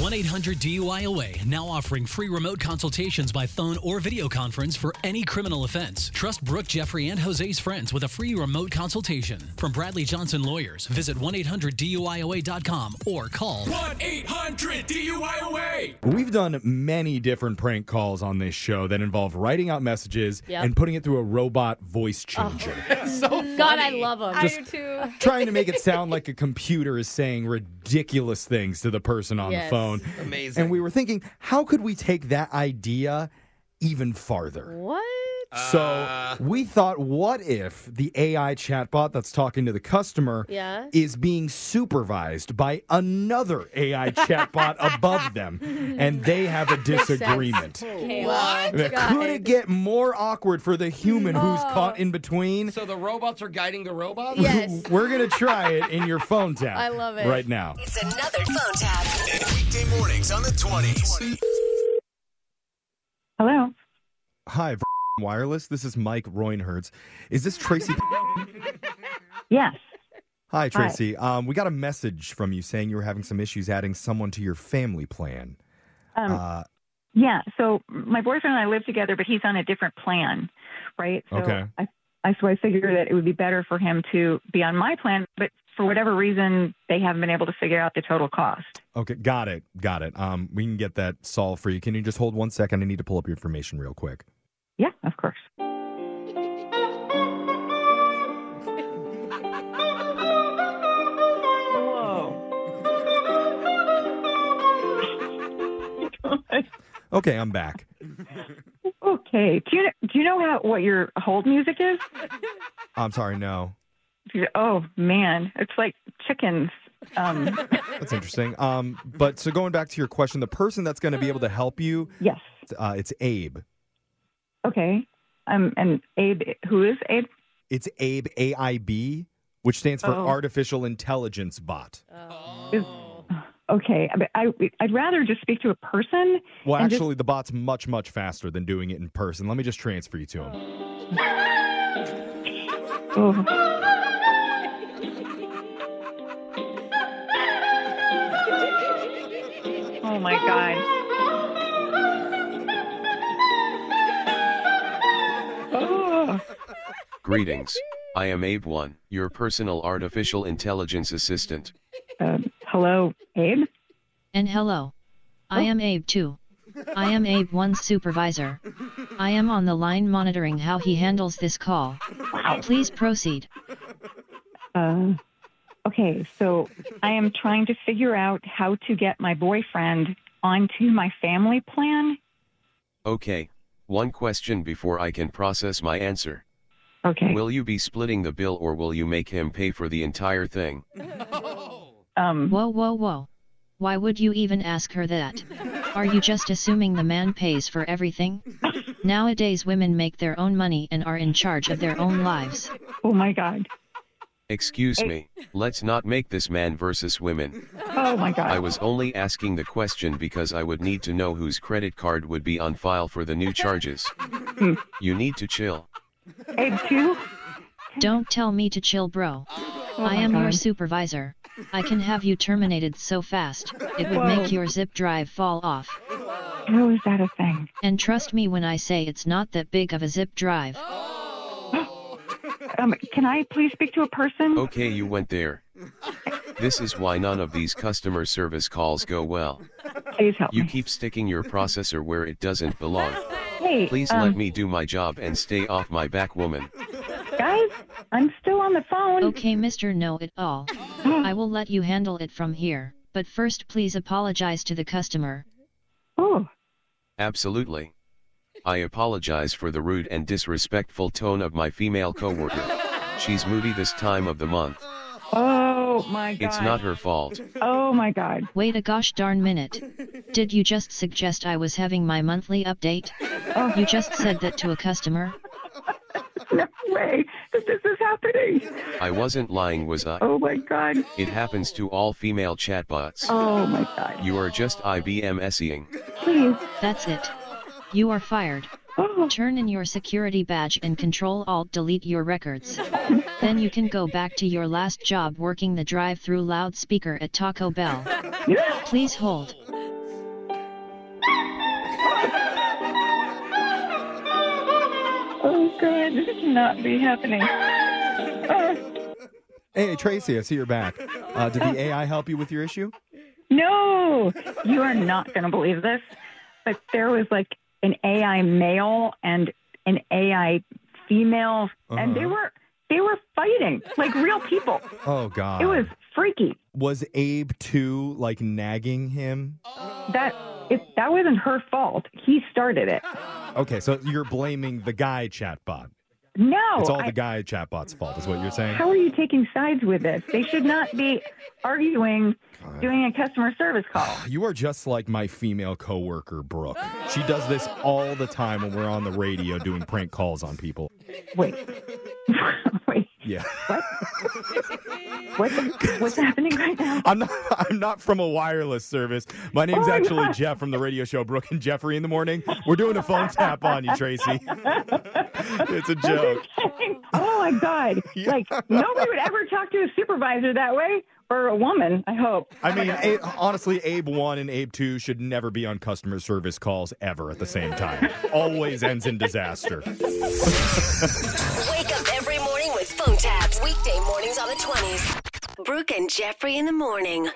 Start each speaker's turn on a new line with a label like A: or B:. A: 1 800 DUIOA now offering free remote consultations by phone or video conference for any criminal offense. Trust Brooke, Jeffrey, and Jose's friends with a free remote consultation. From Bradley Johnson Lawyers, visit 1 800 DUIOA.com or call
B: 1 800 DUIOA.
C: We've done many different prank calls on this show that involve writing out messages
D: Yep. Oh.
C: and putting it through a robot voice changer,
D: God, I love them.
E: I do too.
C: trying to make it sound like a computer is saying ridiculous things to the person on the
D: Yes.
C: phone.
F: Amazing.
C: And we were thinking, how could we take that idea even farther?
D: what? Uh.
C: So we thought, what if the AI chatbot that's talking to the customer
D: Yeah.
C: is being supervised by another AI chatbot above them, and they have a disagreement?
D: What?
C: Now, Could it get more awkward for the human who's caught in between?
F: so the robots are guiding the robots?
D: Yes.
C: We're gonna try it in your phone tap.
D: I love it.
C: Right now.
G: It's another phone tap.
H: Weekday mornings on the 20s.
I: Hello.
C: Hi, v- wireless. This is Mike Roinhertz. Is this Tracy?
I: Yes.
C: Hi, Tracy. Um, we got a message from you saying you were having some issues adding someone to your family plan.
I: Um,
C: Uh,
I: yeah. So my boyfriend and I live together, but he's on a different plan, right? So
C: Okay.
I: I, I so I figured that it would be better for him to be on my plan, but for whatever reason, they haven't been able to figure out the total cost.
C: okay, got it, got it. Um, we can get that solved for you. Can you just hold one second? I need to pull up your information real quick.
I: Yeah, of course. Whoa.
C: Okay, I'm back.
I: Okay. Do you know, do you know how what your hold music is?
C: I'm sorry. No,
I: Oh man, it's like chickens. Um,
C: that's interesting. Um, but so going back to your question, the person that's going to be able to help you,
I: yes.
C: uh, it's Abe.
I: Okay. Um, and Abe, who is Abe?
C: It's Abe AIB, E, which stands for
I: Oh.
C: Artificial Intelligence Bot.
D: Oh.
I: Okay, but I I'd rather just speak to a person.
C: Well,
I: And just-
C: actually, the bot's much, much faster than doing it in person. Let me just transfer you to him.
I: Oh, oh my God. Oh.
J: Greetings. I am Abe1, your personal artificial intelligence assistant.
I: Um, hello, Abe.
K: And hello. I am Abe too. I am Abe 1's supervisor. I am on the line monitoring how he handles this call. Please proceed.
I: Uh, okay, so I am trying to figure out how to get my boyfriend onto my family plan.
J: Okay. One question before I can process my answer.
I: Okay.
J: Will you be splitting the bill or will you make him pay for the entire thing?
I: Um.
K: Whoa, whoa, whoa. Why would you even ask her that? Are you just assuming the man pays for everything? Nowadays, women make their own money and are in charge of their own lives.
I: Oh my God.
J: Excuse me, let's not make this man versus women.
I: Oh my God.
J: I was only asking the question because I would need to know whose credit card would be on file for the new charges. You need to chill.
I: Abe too.
K: Don't tell me to chill, bro. I am your supervisor. I can have you terminated so fast, it would make your zip drive fall off.
I: How is that a thing?
K: And trust me when I say it's not that big of a zip drive.
I: Um, can I please speak to a person?
J: Okay, you went there. This is why none of these customer service calls go well.
I: Please help
J: You
I: me.
J: keep sticking your processor where it doesn't belong.
I: hey,
J: Please
I: um,
J: let me do my job and stay off my back, woman.
I: guys, I'm still on the phone.
K: Okay, Mr. Know It All. I will let you handle it from here, but first please apologize to the customer.
I: Oh,
J: Absolutely. I apologize for the rude and disrespectful tone of my female coworker. She's moody this time of the month.
I: oh my God.
J: It's not her fault.
I: Oh my God.
K: Wait a gosh darn minute. Did you just suggest I was having my monthly update? You just said that to a customer?
I: No way that this is happening.
J: I wasn't lying, was I?
I: Oh my God.
J: It happens to all female chatbots.
I: Oh my God.
J: You are just IBM SEing.
I: Please.
K: That's it. You are fired.
I: Oh,
K: Turn in your security badge and Control Alt delete your records. Then you can go back to your
I: Oh.
K: last job working the drive through loudspeaker at Taco Bell. Please hold.
I: God, Oh, this cannot be happening. Oh,
C: Hey, Tracy, I see you're back. Uh, did the AI help you with your issue?
I: no, you are not going to believe this, but there was like an AI male and an AI female, and they
C: Uh-huh.
I: were they were fighting like real people.
C: Oh, God.
I: It was freaky.
C: Was Abe too, like, nagging him?
I: That if that wasn't her fault, he started it.
C: Okay, so you're blaming the guy chatbot.
I: No,
C: it's all
I: Oh, I-
C: the guy chatbot's fault, is what you're saying?
I: How are you taking sides with this? They should not be arguing doing a customer service call.
C: You are just like my female coworker, Brooke. She does this all the time when we're on the radio doing prank calls on people.
I: Wait. Wait.
C: Yeah.
I: What's, what's happening right now?
C: I'm not I'm not from a wireless service. My name's
I: Oh my
C: actually
I: God.
C: Jeff from the radio show Brooke and Jeffrey in the morning. We're doing a phone tap on you, Tracy. it's a joke.
I: oh my God. Like, nobody would ever talk to a supervisor that way or a woman, I hope.
C: I mean, a- honestly, Abe 1 and Abe 2 should never be on customer service calls ever at the same time. Always ends in disaster.
G: Wake up every morning with phone taps. Weekday mornings on the 20s. Brooke and Jeffrey in the morning.